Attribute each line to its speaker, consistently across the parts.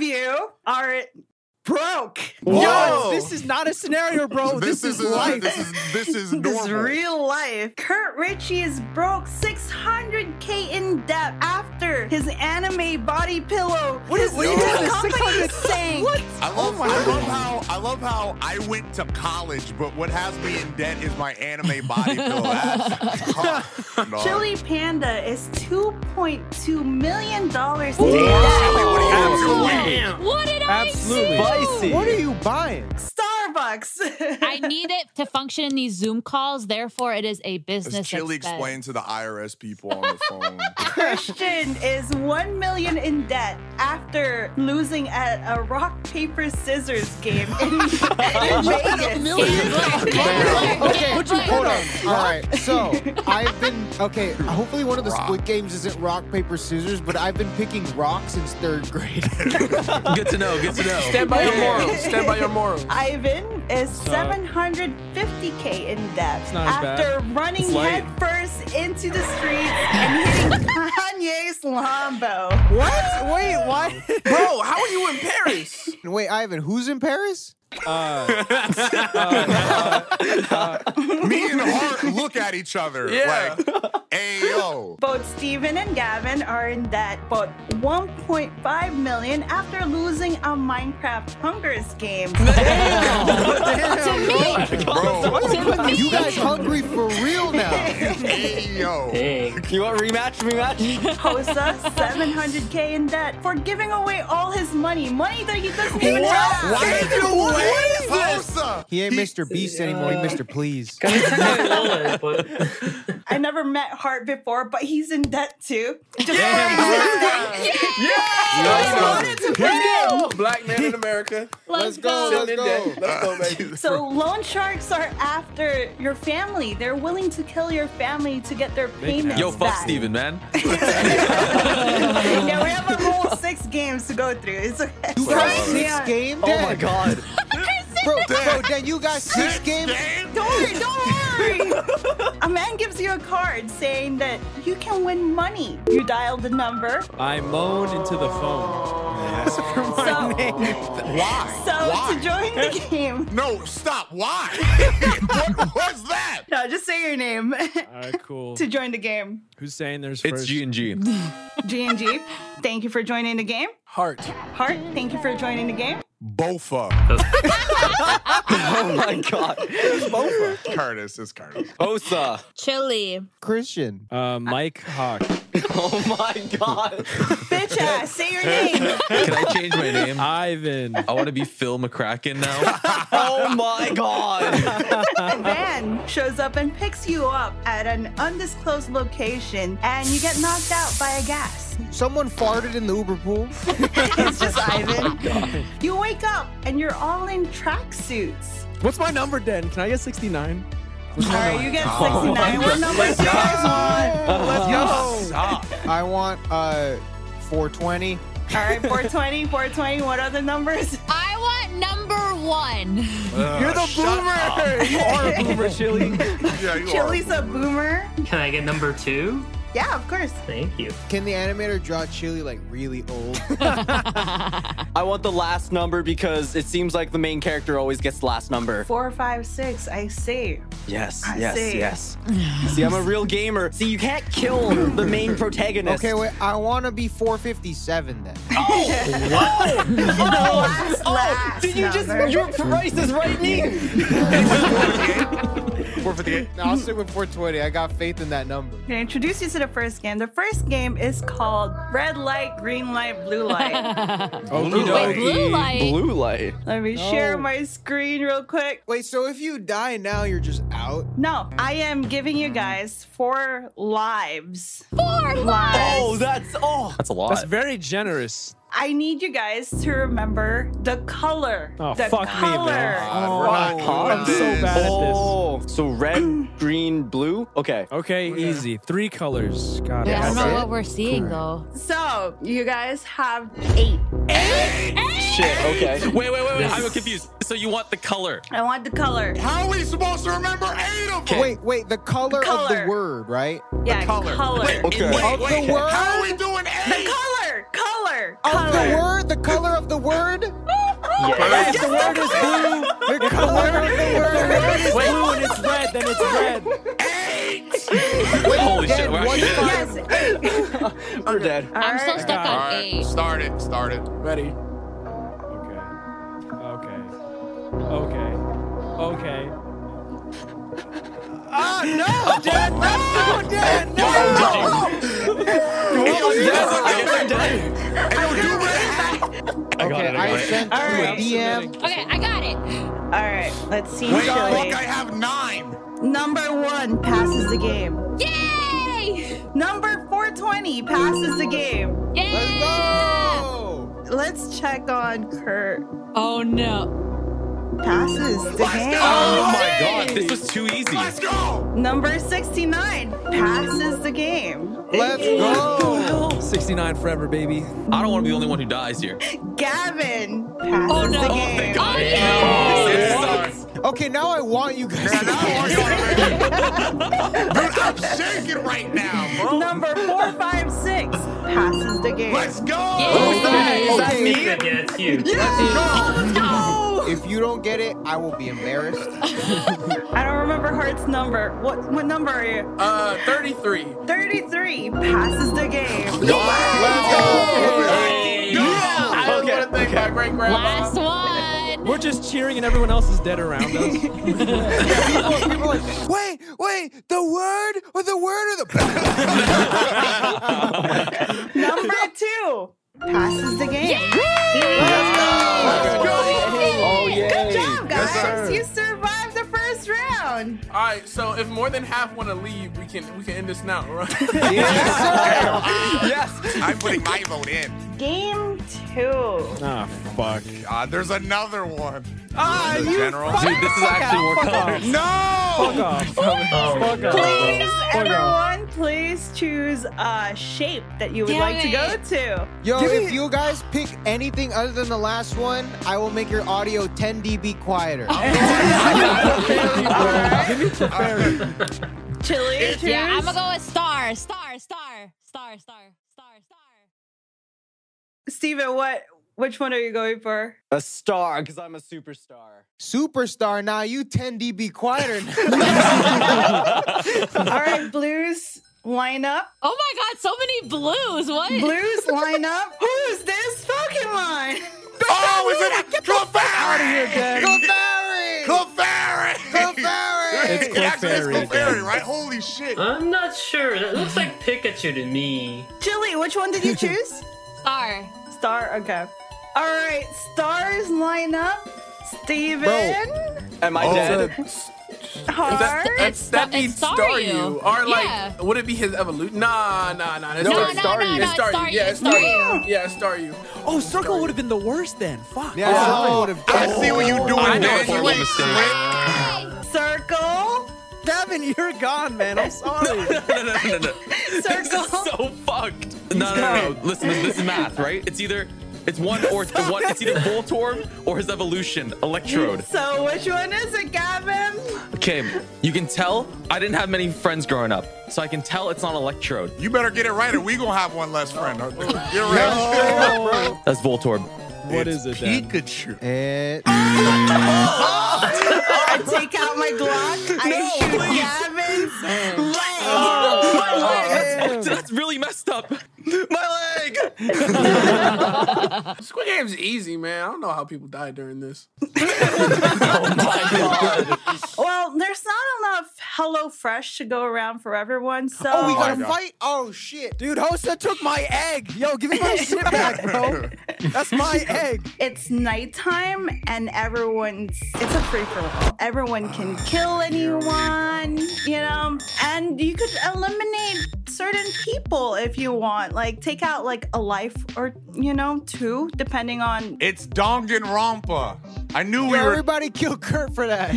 Speaker 1: you are broke.
Speaker 2: Whoa.
Speaker 3: No, this is not a scenario, bro. This, is,
Speaker 2: isn't-
Speaker 3: life.
Speaker 2: This is this is
Speaker 1: This is
Speaker 2: normal.
Speaker 1: real life. Kurt Ritchie is broke 600k in debt after his anime body pillow.
Speaker 3: What is-
Speaker 1: his,
Speaker 3: what are you
Speaker 1: his
Speaker 3: doing?
Speaker 1: company
Speaker 3: 600
Speaker 1: sank.
Speaker 3: What?
Speaker 2: I love,
Speaker 3: Oh my
Speaker 2: I
Speaker 3: God.
Speaker 2: love how I love how I went to college, but what has me in debt is my anime body pillow. That's tough, dog.
Speaker 1: Chili Panda is 2.2 million dollars in
Speaker 2: Absolutely,
Speaker 1: debt.
Speaker 2: what are you doing?
Speaker 4: Damn.
Speaker 5: What did
Speaker 6: Absolutely.
Speaker 5: I do?
Speaker 6: Spicy.
Speaker 3: What are you buying?
Speaker 1: Starbucks.
Speaker 5: I need it to function in these Zoom calls. Therefore, it is a
Speaker 2: As
Speaker 5: business
Speaker 2: Chili
Speaker 5: expense.
Speaker 2: explained to the IRS people on the phone.
Speaker 1: Christian is 1 million in debt after losing at a rock paper scissors game in, in Vegas.
Speaker 5: Okay,
Speaker 3: Put your foot on. All right, so I've been okay. Hopefully, one of the
Speaker 2: Rock.
Speaker 3: split games isn't rock paper scissors, but I've been picking rock since third grade.
Speaker 4: Good to know. Good to know.
Speaker 6: Stand by your morals. Stand by your morals.
Speaker 1: Ivan is
Speaker 6: not-
Speaker 1: 750k in debt
Speaker 6: not as bad.
Speaker 1: after running
Speaker 6: It's light.
Speaker 1: headfirst into the streets and hitting Kanye's Lambo.
Speaker 3: what? Wait, what?
Speaker 6: Bro, how are you in Paris?
Speaker 3: Wait, Ivan, who's in Paris?
Speaker 2: Me and Hart look at each other
Speaker 6: Yeah.
Speaker 2: like, "Hey yo,
Speaker 1: Both Steven and Gavin are in debt, both 1.5 million after losing a Minecraft Hungers game.
Speaker 5: Oh.
Speaker 2: bro,
Speaker 3: You guys hungry for real now?
Speaker 2: hey yo."
Speaker 4: Dang.
Speaker 6: You want rematch? Rematch?
Speaker 1: Hosa, 700k in debt for giving away all his money. Money that he doesn't even have.
Speaker 2: Why did you wait, Rosa?
Speaker 3: He ain't Mr. Beast anymore. He Mr. Please.
Speaker 4: Can I check my wallet? But
Speaker 1: I never met Hart before, but he's in debt too. Just
Speaker 6: Let's go. Black man in America.
Speaker 5: Let's go.
Speaker 3: Let's
Speaker 6: Sitting in
Speaker 3: go.
Speaker 6: debt. Let's go, baby.
Speaker 1: So loan sharks are after your family. They're willing to kill your family to get their payments.
Speaker 4: yo, fuck
Speaker 1: back.
Speaker 4: Steven, man.
Speaker 1: yeah, we have a whole six games to go through. It's okay.
Speaker 3: You got
Speaker 2: Sorry.
Speaker 3: six
Speaker 1: Yeah.
Speaker 3: game
Speaker 6: Oh my
Speaker 3: debt.
Speaker 6: god.
Speaker 3: Bro, bro, then you got six game.
Speaker 1: Don't worry, don't worry. a man gives you a card saying that you can win money. You dial the number.
Speaker 6: I moaned into the phone.
Speaker 1: So,
Speaker 2: Why?
Speaker 1: so
Speaker 2: Why?
Speaker 1: to join the game,
Speaker 2: No, stop. Why? what was that?
Speaker 1: no, just say your name
Speaker 6: All right, cool.
Speaker 1: to join the game.
Speaker 6: Who's saying there's
Speaker 4: It's G and G.
Speaker 1: G and G, thank you for joining the game.
Speaker 6: Heart.
Speaker 1: Hart, thank you for joining the game.
Speaker 2: Bofa.
Speaker 6: Oh my god.
Speaker 2: Curtis is Curtis.
Speaker 6: Osa.
Speaker 5: Chili.
Speaker 3: Christian.
Speaker 6: Uh, Mike Hawk.
Speaker 7: Oh my god.
Speaker 1: Bitch ass, say your name.
Speaker 4: Can I change my name? I
Speaker 6: Ivan.
Speaker 4: want to be Phil McCracken now.
Speaker 7: Oh my god.
Speaker 1: Van shows up and picks you up at an undisclosed location, and you get knocked out by a gas.
Speaker 3: Someone farted in the Uber pool.
Speaker 1: It's just
Speaker 7: Oh
Speaker 1: Ivan. You wake up and you're all in tracksuits.
Speaker 7: Oh
Speaker 6: What's my number, Den? Can I get 69?
Speaker 1: All right, you get
Speaker 7: Oh
Speaker 1: 69. What number is yours?
Speaker 3: Let's go. I want uh 420.
Speaker 1: All right, 420, 420. What other numbers?
Speaker 5: I want number one.
Speaker 3: You're the boomer. You are a
Speaker 6: Boomer Chili.
Speaker 2: Yeah, you
Speaker 1: Chili's
Speaker 2: are.
Speaker 1: a boomer.
Speaker 4: Can I get number two?
Speaker 1: Yeah, of course.
Speaker 4: Thank you.
Speaker 3: Can the animator draw Chili like really old?
Speaker 7: I want the last number because it seems like the main character always gets the last number.
Speaker 1: Four, five, six. I see.
Speaker 7: Yes,
Speaker 1: I
Speaker 7: yes,
Speaker 1: see.
Speaker 7: yes. See, I'm a real gamer. See, you can't kill the main protagonist.
Speaker 3: Okay, wait. I want to be 457 then.
Speaker 1: Last,
Speaker 7: Oh,
Speaker 1: last
Speaker 7: did you just
Speaker 1: number.
Speaker 7: your price is right me?
Speaker 2: 458.
Speaker 3: No, I'll stick with 420. I got faith in that number.
Speaker 1: I'm gonna introduce you to the first game. The first game is called Red Light, Green Light, Blue Light.
Speaker 6: Oh,
Speaker 5: Wait, blue light.
Speaker 7: Blue light.
Speaker 1: Let me share my screen real quick.
Speaker 3: Wait, so if you die now, you're just out?
Speaker 1: No, I am giving you guys four lives.
Speaker 5: Four lights.
Speaker 7: Oh, that's oh.
Speaker 4: That's a lot.
Speaker 6: That's very generous.
Speaker 1: I need you guys to remember the color.
Speaker 6: Oh,
Speaker 1: the
Speaker 6: fuck me, man.
Speaker 1: color.
Speaker 2: God,
Speaker 7: Oh,
Speaker 2: we're not doing
Speaker 7: God,
Speaker 6: I'm so
Speaker 2: this.
Speaker 6: bad. at this.
Speaker 7: Oh, so red, green, blue. Okay.
Speaker 8: Oh,
Speaker 6: Okay, easy. Three colors. Got
Speaker 5: Wait, I
Speaker 6: it.
Speaker 5: don't know what we're seeing though.
Speaker 1: So you guys have eight.
Speaker 7: Shit. Okay.
Speaker 4: Wait, wait, wait, wait. I'm confused. So you want the color?
Speaker 1: I want the color.
Speaker 2: How are we supposed to remember eight of them?
Speaker 3: Wait, wait. The color, of
Speaker 1: Color.
Speaker 3: the word, right?
Speaker 1: Yeah,
Speaker 2: color.
Speaker 1: color.
Speaker 2: Wait,
Speaker 7: Okay.
Speaker 2: wait,
Speaker 3: Of the
Speaker 2: wait.
Speaker 3: word?
Speaker 2: How are we doing eight?
Speaker 1: Color, color. color. Oh,
Speaker 3: Of the
Speaker 1: Color.
Speaker 3: word, the color of the word.
Speaker 8: Yes, the word is blue.
Speaker 3: The color of the word.
Speaker 8: It's blue and it's red, then it's red.
Speaker 4: Holy shit,
Speaker 3: Dead,
Speaker 4: we're
Speaker 3: one
Speaker 4: actually
Speaker 3: five.
Speaker 1: Yes. eight.
Speaker 7: We're dead.
Speaker 5: I'm still
Speaker 1: Alright.
Speaker 5: stuck on eight.
Speaker 2: start it, start it.
Speaker 8: Ready? Okay. Okay. Okay. Okay.
Speaker 3: No, Dad. No, Dad. No.
Speaker 4: I got
Speaker 3: Okay,
Speaker 4: it, I
Speaker 3: I
Speaker 4: got it.
Speaker 3: sent
Speaker 1: All
Speaker 3: you a
Speaker 1: right.
Speaker 3: DM.
Speaker 5: Okay, I got it.
Speaker 1: All right, let's see.
Speaker 2: Wait,
Speaker 1: Shall we-
Speaker 2: look, I have nine.
Speaker 1: Number one passes the game.
Speaker 5: Yay!
Speaker 1: Number 420 passes the game.
Speaker 5: Yay!
Speaker 3: Oh.
Speaker 1: Let's check on Kurt.
Speaker 5: Oh no.
Speaker 1: Passes the game.
Speaker 4: Oh my god, this was too easy.
Speaker 2: Let's go.
Speaker 1: Number 69 passes the game.
Speaker 3: Let's go.
Speaker 8: 69 forever, baby.
Speaker 4: I don't want to be the only one who dies here.
Speaker 1: Gavin passes
Speaker 5: Oh, no.
Speaker 1: the
Speaker 5: Oh,
Speaker 1: game.
Speaker 5: Oh yeah!
Speaker 2: This sucks.
Speaker 3: Okay, now I want you guys.
Speaker 2: Man, I want you on the record. Dude, I'm shaking right now, bro.
Speaker 1: Number 456 passes the game.
Speaker 2: Let's go.
Speaker 5: Yeah.
Speaker 3: Okay,
Speaker 9: it's you.
Speaker 3: If you don't get it, I will be embarrassed.
Speaker 1: I don't remember Hart's number. What what number are you?
Speaker 6: Uh, 33.
Speaker 1: 33 passes the
Speaker 6: I
Speaker 1: game.
Speaker 6: just want to thank my great
Speaker 5: Last
Speaker 6: grandma.
Speaker 5: one.
Speaker 8: We're just cheering and everyone else is dead around us.
Speaker 3: Wait, wait, the word or the word or the.
Speaker 1: Number 2 passes the game.
Speaker 7: Oh, yay.
Speaker 1: Good job, guys.
Speaker 2: Yes, sir.
Speaker 1: you survived the first round.
Speaker 6: All right, so if more than half want to leave, we can we can end this now, right?
Speaker 7: Yes.
Speaker 2: I'm putting my vote in.
Speaker 1: Game two.
Speaker 8: Ah, fuck.
Speaker 2: God, there's another one.
Speaker 3: Ah,
Speaker 2: The general.
Speaker 4: Dude, this is actually more colors.
Speaker 8: Fuck
Speaker 2: No.
Speaker 8: off. Fuck off.
Speaker 1: Please,
Speaker 8: Fuck off.
Speaker 1: everyone, please choose a shape that you would
Speaker 5: Damn
Speaker 1: like to go
Speaker 5: it.
Speaker 1: to.
Speaker 3: Yo, if you guys pick anything other than the last one, I will make your audio 10 dB quieter.
Speaker 8: Give me
Speaker 2: Uh,
Speaker 8: Teferi.
Speaker 1: Chili, choose.
Speaker 5: Yeah, I'm gonna go with star, star, star, star, star, star, star.
Speaker 1: Steven, what? Which one are you going for?
Speaker 7: A star, because I'm a superstar.
Speaker 3: Superstar, now you 10 dB quieter.
Speaker 1: All right, blues, line up.
Speaker 5: Oh my god, so many blues. What?
Speaker 1: Blues, line up. Who's this Pokemon?
Speaker 2: Oh, is it
Speaker 8: Dad.
Speaker 2: Clefairy?
Speaker 3: Clefairy!
Speaker 2: Clefairy.
Speaker 3: Clefairy!
Speaker 8: It's
Speaker 2: It actually is
Speaker 8: Clefairy,
Speaker 2: Clefairy, right? Holy shit.
Speaker 9: I'm not sure. That looks like Pikachu to me.
Speaker 1: Chili, which one did you choose?
Speaker 5: Star.
Speaker 1: Star, okay. All right, stars line up. Steven,
Speaker 7: Am I
Speaker 2: Oh.
Speaker 7: dead?
Speaker 1: Hart.
Speaker 5: It's
Speaker 6: that
Speaker 5: sta-
Speaker 6: means
Speaker 5: it's Staryu.
Speaker 6: Staryu. Or like,
Speaker 5: Yeah.
Speaker 6: would it be his evolution? Nah, nah, nah. It's
Speaker 7: No,
Speaker 5: No,
Speaker 6: Staryu.
Speaker 5: no,
Speaker 7: it's
Speaker 5: no, no,
Speaker 7: Staryu.
Speaker 6: It's
Speaker 5: no, it's
Speaker 6: Staryu.
Speaker 5: Staryu.
Speaker 6: Yeah,
Speaker 5: It's
Speaker 6: it's
Speaker 5: Staryu.
Speaker 6: Staryu. Yeah, it's Staryu.
Speaker 8: Oh, Circle would have been the worst then. Fuck.
Speaker 3: Yeah,
Speaker 7: Oh.
Speaker 3: I would have
Speaker 2: I see what
Speaker 3: Oh,
Speaker 2: you're doing,
Speaker 4: know
Speaker 2: man.
Speaker 4: it's one
Speaker 2: You ain't
Speaker 4: mistake.
Speaker 2: slick.
Speaker 1: Circle,
Speaker 8: Devin, you're gone, man. I'm sorry.
Speaker 4: No, no, no, no, no. This
Speaker 1: circle.
Speaker 4: is so fucked. No, no, no, no. Listen, this, this is math, right? It's either it's one or it's one. It's either Voltorb or his evolution, Electrode.
Speaker 1: So which one is it, Gavin?
Speaker 4: Okay, you can tell I didn't have many friends growing up, so I can tell it's not Electrode.
Speaker 2: You better get it right, or we gonna have one less friend. You're right.
Speaker 8: No.
Speaker 4: That's Voltorb.
Speaker 8: What is it then?
Speaker 2: Pikachu.
Speaker 3: It,
Speaker 1: I take out my Glock. I shoot Gavin's leg.
Speaker 4: That's, that's really messed up. My leg.
Speaker 6: Squid Game's easy, man. I don't know how people died during this.
Speaker 1: Well, there's not enough Hello Fresh to go around for everyone, so
Speaker 3: oh, we
Speaker 2: my
Speaker 3: got to
Speaker 2: God.
Speaker 3: fight? Oh, shit.
Speaker 8: Dude, Hosa took my egg. Yo, give me my shit back, bro. That's my egg.
Speaker 1: it's nighttime and everyone's it's a free for all. Everyone can kill anyone, you know, and you could eliminate certain people if you want, like take out like a life or you know two, depending on
Speaker 2: It's Danganronpa. I knew we were.
Speaker 3: Everybody kill Kurt for that.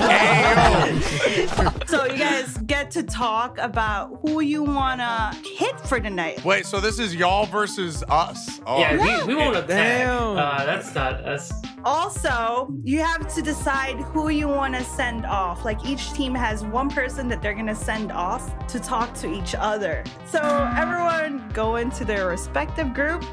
Speaker 2: Ayo.
Speaker 1: So you guys get to talk about who you wanna hit for tonight.
Speaker 2: Wait, so this is y'all versus us? Oh,
Speaker 9: Yeah, we, we won't attack.
Speaker 8: Damn.
Speaker 9: Uh, that's not us.
Speaker 1: Also, you have to decide who you want to send off. Like each team has one person that they're going to send off to talk to each other. So everyone go into their respective group.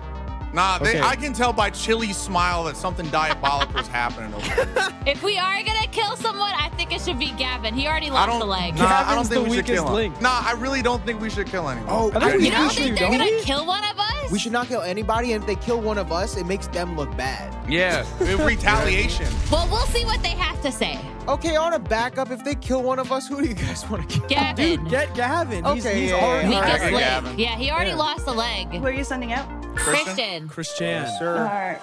Speaker 2: Nah, they,
Speaker 8: Okay.
Speaker 2: I can tell by Chili's smile that something diabolical is happening over there.
Speaker 5: If we are gonna kill someone, I think it should be Gavin. He already
Speaker 2: I
Speaker 5: lost
Speaker 2: don't.
Speaker 5: a leg.
Speaker 2: Nah, I don't
Speaker 8: Gavin's
Speaker 2: think
Speaker 8: the
Speaker 2: we should kill
Speaker 8: weakest
Speaker 2: him.
Speaker 8: link.
Speaker 2: Nah, I really don't think we should kill anyone.
Speaker 3: Oh,
Speaker 8: I think we
Speaker 5: you don't
Speaker 8: have
Speaker 5: think
Speaker 8: to,
Speaker 5: they're
Speaker 8: don't
Speaker 5: gonna
Speaker 8: we?
Speaker 5: kill one of us?
Speaker 3: We should not kill anybody, and if they kill one of us, it makes them look bad.
Speaker 4: Yeah.
Speaker 2: In retaliation.
Speaker 5: Well, we'll see what they have to say.
Speaker 3: Okay, on a backup, if they kill one of us, who do you guys want to kill?
Speaker 5: Gavin,
Speaker 8: Dude, get Gavin. he's,
Speaker 3: Okay,
Speaker 8: he's
Speaker 3: yeah, yeah,
Speaker 8: already
Speaker 3: yeah.
Speaker 5: weakest
Speaker 2: Alright,
Speaker 5: leg.
Speaker 2: Gavin.
Speaker 5: Yeah, he already
Speaker 8: Yeah.
Speaker 5: lost a leg.
Speaker 1: Who are you sending out?
Speaker 5: Christian.
Speaker 8: Christian.
Speaker 1: All
Speaker 3: Sure.
Speaker 1: right.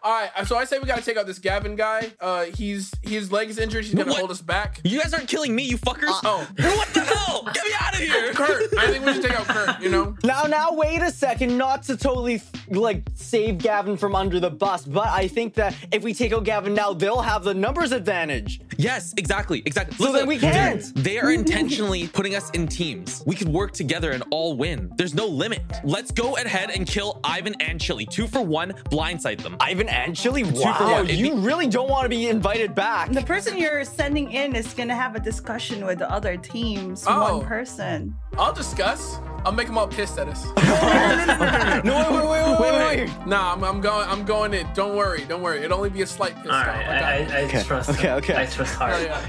Speaker 6: All right, so I say we gotta take out this Gavin guy. Uh, he's his leg's injured. He's gonna
Speaker 4: What?
Speaker 6: hold us back.
Speaker 4: You guys aren't killing me, you fuckers.
Speaker 6: Oh,
Speaker 4: What the hell? Get me out of here.
Speaker 6: Kurt. I think we should take out Kurt. You know.
Speaker 7: Now, now, wait a second. Not to totally like save Gavin from under the bus, but I think that if we take out Gavin now, they'll have the numbers advantage.
Speaker 4: Yes, exactly, exactly.
Speaker 7: So then we
Speaker 4: they're-
Speaker 7: can't.
Speaker 4: They are intentionally putting us in teams. We could work together and all win. There's no limit. Let's go ahead and kill Ivan and Chili. Two for one, blindside them. I-
Speaker 7: Ivan and Chili.
Speaker 4: for
Speaker 7: Wow,
Speaker 4: one. It'd
Speaker 7: you really don't want to be invited back.
Speaker 1: The person you're sending in is going to have a discussion with the other teams.
Speaker 6: Oh.
Speaker 1: One person.
Speaker 6: I'll discuss. I'll make them all pissed at us.
Speaker 7: No, wait, wait, wait, wait, wait.
Speaker 6: Nah, I'm, I'm going. I'm going in. Don't worry. Don't worry. It'll only be a slight piss.
Speaker 9: All
Speaker 6: off.
Speaker 9: right,
Speaker 6: I got
Speaker 9: I,
Speaker 6: it.
Speaker 9: I, I trust.
Speaker 7: okay,
Speaker 9: him.
Speaker 7: okay.
Speaker 9: I trust hard.
Speaker 4: Oh,
Speaker 6: Hell yeah.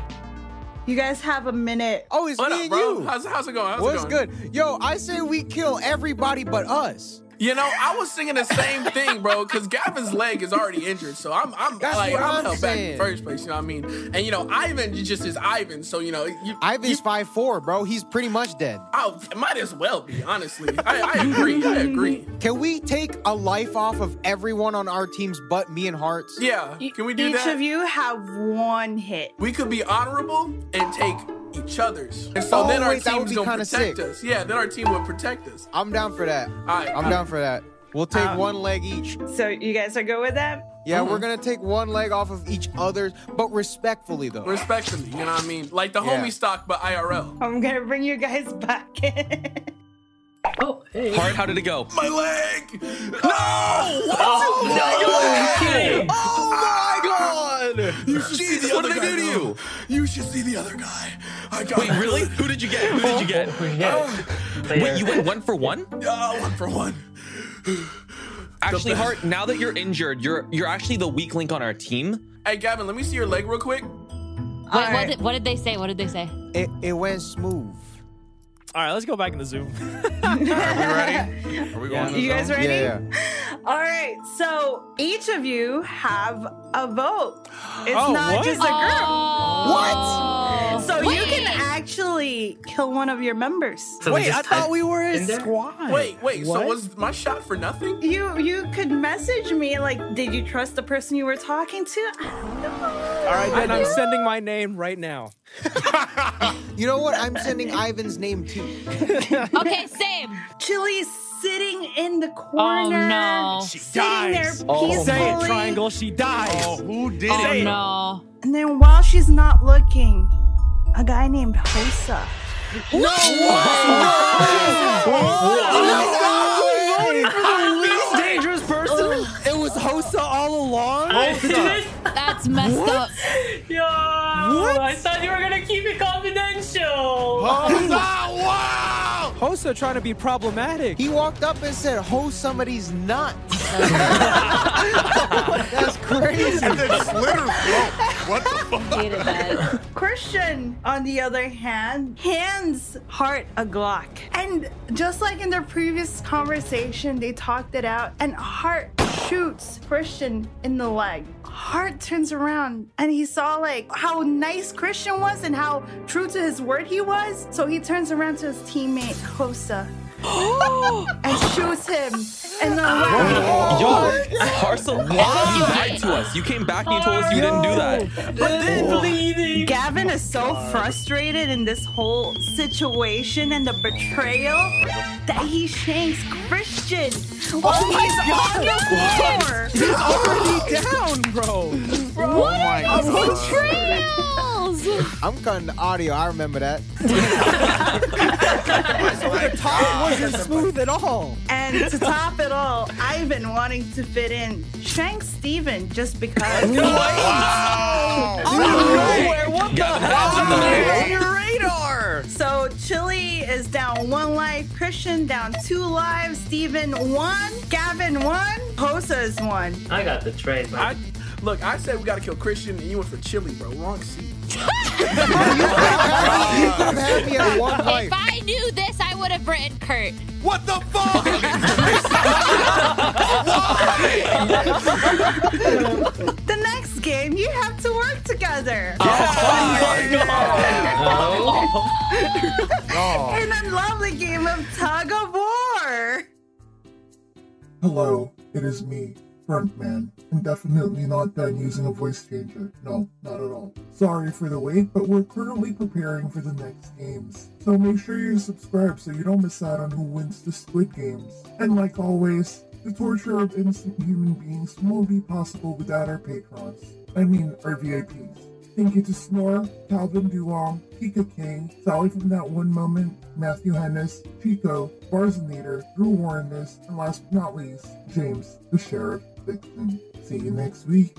Speaker 1: You guys have a minute.
Speaker 3: Oh, it's
Speaker 6: What
Speaker 3: me
Speaker 6: up,
Speaker 3: and
Speaker 6: bro?
Speaker 3: you.
Speaker 6: How's, how's it going? How's
Speaker 3: What's
Speaker 6: it going?
Speaker 3: good? Yo, I say we kill everybody but us.
Speaker 6: You know, I was singing the same thing, bro, because Gavin's leg is already injured, so I'm, I'm
Speaker 3: That's
Speaker 6: like,
Speaker 3: what
Speaker 6: I'm,
Speaker 3: I'm
Speaker 6: held back in
Speaker 3: saying.
Speaker 6: the first place. You know what I mean? And you know, Ivan is just is Ivan, so you know, you,
Speaker 3: Ivan's five four, bro. He's pretty much dead.
Speaker 6: I Oh, might as well be honestly. I, I agree. I agree.
Speaker 3: Can we take a life off of everyone on our teams but me and Hearts?
Speaker 6: Yeah.
Speaker 1: E-
Speaker 6: Can we do
Speaker 1: Each
Speaker 6: that?
Speaker 1: of you have one hit.
Speaker 6: we could be honorable and take each other's, and so
Speaker 3: Oh,
Speaker 6: then our
Speaker 3: wait, that would
Speaker 6: team's
Speaker 3: be
Speaker 6: gonna
Speaker 3: kinda
Speaker 6: protect
Speaker 3: sick.
Speaker 6: us. Yeah, then our team would protect us.
Speaker 3: I'm down for that.
Speaker 6: right,
Speaker 3: I'm
Speaker 6: uh,
Speaker 3: down for that. We'll take
Speaker 1: um,
Speaker 3: one leg each.
Speaker 1: So you guys are good with that?
Speaker 3: Yeah,
Speaker 6: mm-hmm.
Speaker 3: we're gonna take one leg off of each other's, but respectfully though.
Speaker 6: Respectfully, you know what I mean? Like the
Speaker 3: Yeah.
Speaker 6: homie stock, but IRL.
Speaker 1: I'm going to bring you guys back in.
Speaker 9: Oh, hey.
Speaker 4: Hard, how did it go?
Speaker 6: My leg! No!
Speaker 9: Oh,
Speaker 6: Oh
Speaker 9: Okay.
Speaker 3: oh my god!
Speaker 6: You should see the
Speaker 4: what
Speaker 6: other
Speaker 4: did they
Speaker 6: guy,
Speaker 4: do to
Speaker 6: though.
Speaker 4: you?
Speaker 6: You should see the other guy. I got
Speaker 4: Wait, really? Who did you get? Who did you get?
Speaker 9: Yeah.
Speaker 4: Wait, you went one for one?
Speaker 6: Uh, one for one.
Speaker 4: Actually,
Speaker 6: best.
Speaker 4: Hart, now that you're injured, you're you're actually the weak link on our team.
Speaker 6: Hey, Gavin, let me see your leg real quick.
Speaker 5: Wait,
Speaker 1: All
Speaker 5: what,
Speaker 1: right.
Speaker 5: did, what did they say? What did they say?
Speaker 3: It, it went smooth.
Speaker 8: All right, let's go back in the Zoom.
Speaker 2: Are we
Speaker 8: Yeah.
Speaker 2: going to
Speaker 1: You guys ready?
Speaker 3: Yeah,
Speaker 1: All right. So each of you have a vote. It's
Speaker 8: Oh,
Speaker 1: not
Speaker 8: what?
Speaker 1: just a group.
Speaker 5: Oh.
Speaker 1: So you can
Speaker 5: Wait.
Speaker 1: actually kill one of your members.
Speaker 9: So we
Speaker 8: Wait, I
Speaker 9: just
Speaker 8: thought
Speaker 9: type-
Speaker 8: we were in
Speaker 9: in there?
Speaker 8: squad.
Speaker 6: Wait, wait. So
Speaker 8: What?
Speaker 6: was my shot for nothing?
Speaker 1: You you could message me like, did you trust the person you were talking to? I don't know.
Speaker 8: All right, then I'm sending my name right now.
Speaker 3: yeah. You know what? I'm sending Ivan's name too.
Speaker 5: Okay, same.
Speaker 1: Chili's sitting in the
Speaker 5: Oh
Speaker 1: corner.
Speaker 5: no.
Speaker 1: Sitting
Speaker 8: dies.
Speaker 1: there
Speaker 7: Oh.
Speaker 1: peacefully.
Speaker 8: Say it, triangle. She dies.
Speaker 2: Oh, who did
Speaker 5: Oh
Speaker 2: it?
Speaker 5: no.
Speaker 1: And then while she's not looking, a guy named Hosa.
Speaker 8: Least dangerous person. It was Hosa all along.
Speaker 5: That's messed up.
Speaker 9: Yo, I thought you were gonna keep it confidential.
Speaker 6: Oh,
Speaker 2: wow!
Speaker 8: Hosa trying to be problematic.
Speaker 3: He walked up and said, "Ho, somebody's nuts." That's crazy.
Speaker 2: And then slit her throat. What the fuck?
Speaker 5: Hated that.
Speaker 1: Christian, on the other hand, hands Hart a Glock. And just like in their previous conversation, they talked it out, and Hart shoots Christian in the leg. Hart turns around and he saw like how nice Christian was and how true to his word he was. So he turns around to his teammate, Hosa. and shoots him in the leg.
Speaker 4: Yo, Parcel, you lied to us. You came back and you told us you didn't
Speaker 6: Oh,
Speaker 4: do that.
Speaker 1: Gavin is so frustrated in this whole situation and the betrayal that he shanks Christian
Speaker 7: Oh
Speaker 1: while he's on the floor.
Speaker 8: He's already down, bro.
Speaker 5: What are those betrayals?
Speaker 3: I'm cutting the audio. I remember that.
Speaker 2: Like,
Speaker 8: top wasn't smooth at all.
Speaker 1: And to top it all, I've been wanting to fit in Shank Steven just because.
Speaker 2: Wow.
Speaker 7: Nowhere, what the hell?
Speaker 2: on your
Speaker 1: radar. So Chili is down one life, Christian down two lives, Steven one, Gavin one, Posa is one.
Speaker 9: I got the trade, man.
Speaker 6: I, look, I said we gotta kill Christian, and you went for Chili, bro. Wrong seat.
Speaker 3: You could have had me at one
Speaker 5: If
Speaker 3: life.
Speaker 5: I knew this, I would have written Kurt.
Speaker 2: What the fuck?
Speaker 1: The next game, you have to work together.
Speaker 2: Oh.
Speaker 1: In a lovely game of tug of war.
Speaker 10: Hello, it is me, Frontman. I'm definitely not done using a voice changer. No, not at all. Sorry for the wait, but we're currently preparing for the next games. So make sure you subscribe so you don't miss out on who wins the Squid Games. And like always, the torture of innocent human beings won't be possible without our patrons. I mean, our VIPs. Thank you to Snore, Calvin Duong, Kika King, Sally from That One Moment, Matthew Hennis, Chico, Barzonator, Drew Warrenness, and last but not least, James, the Sheriff Vixen. See you next week.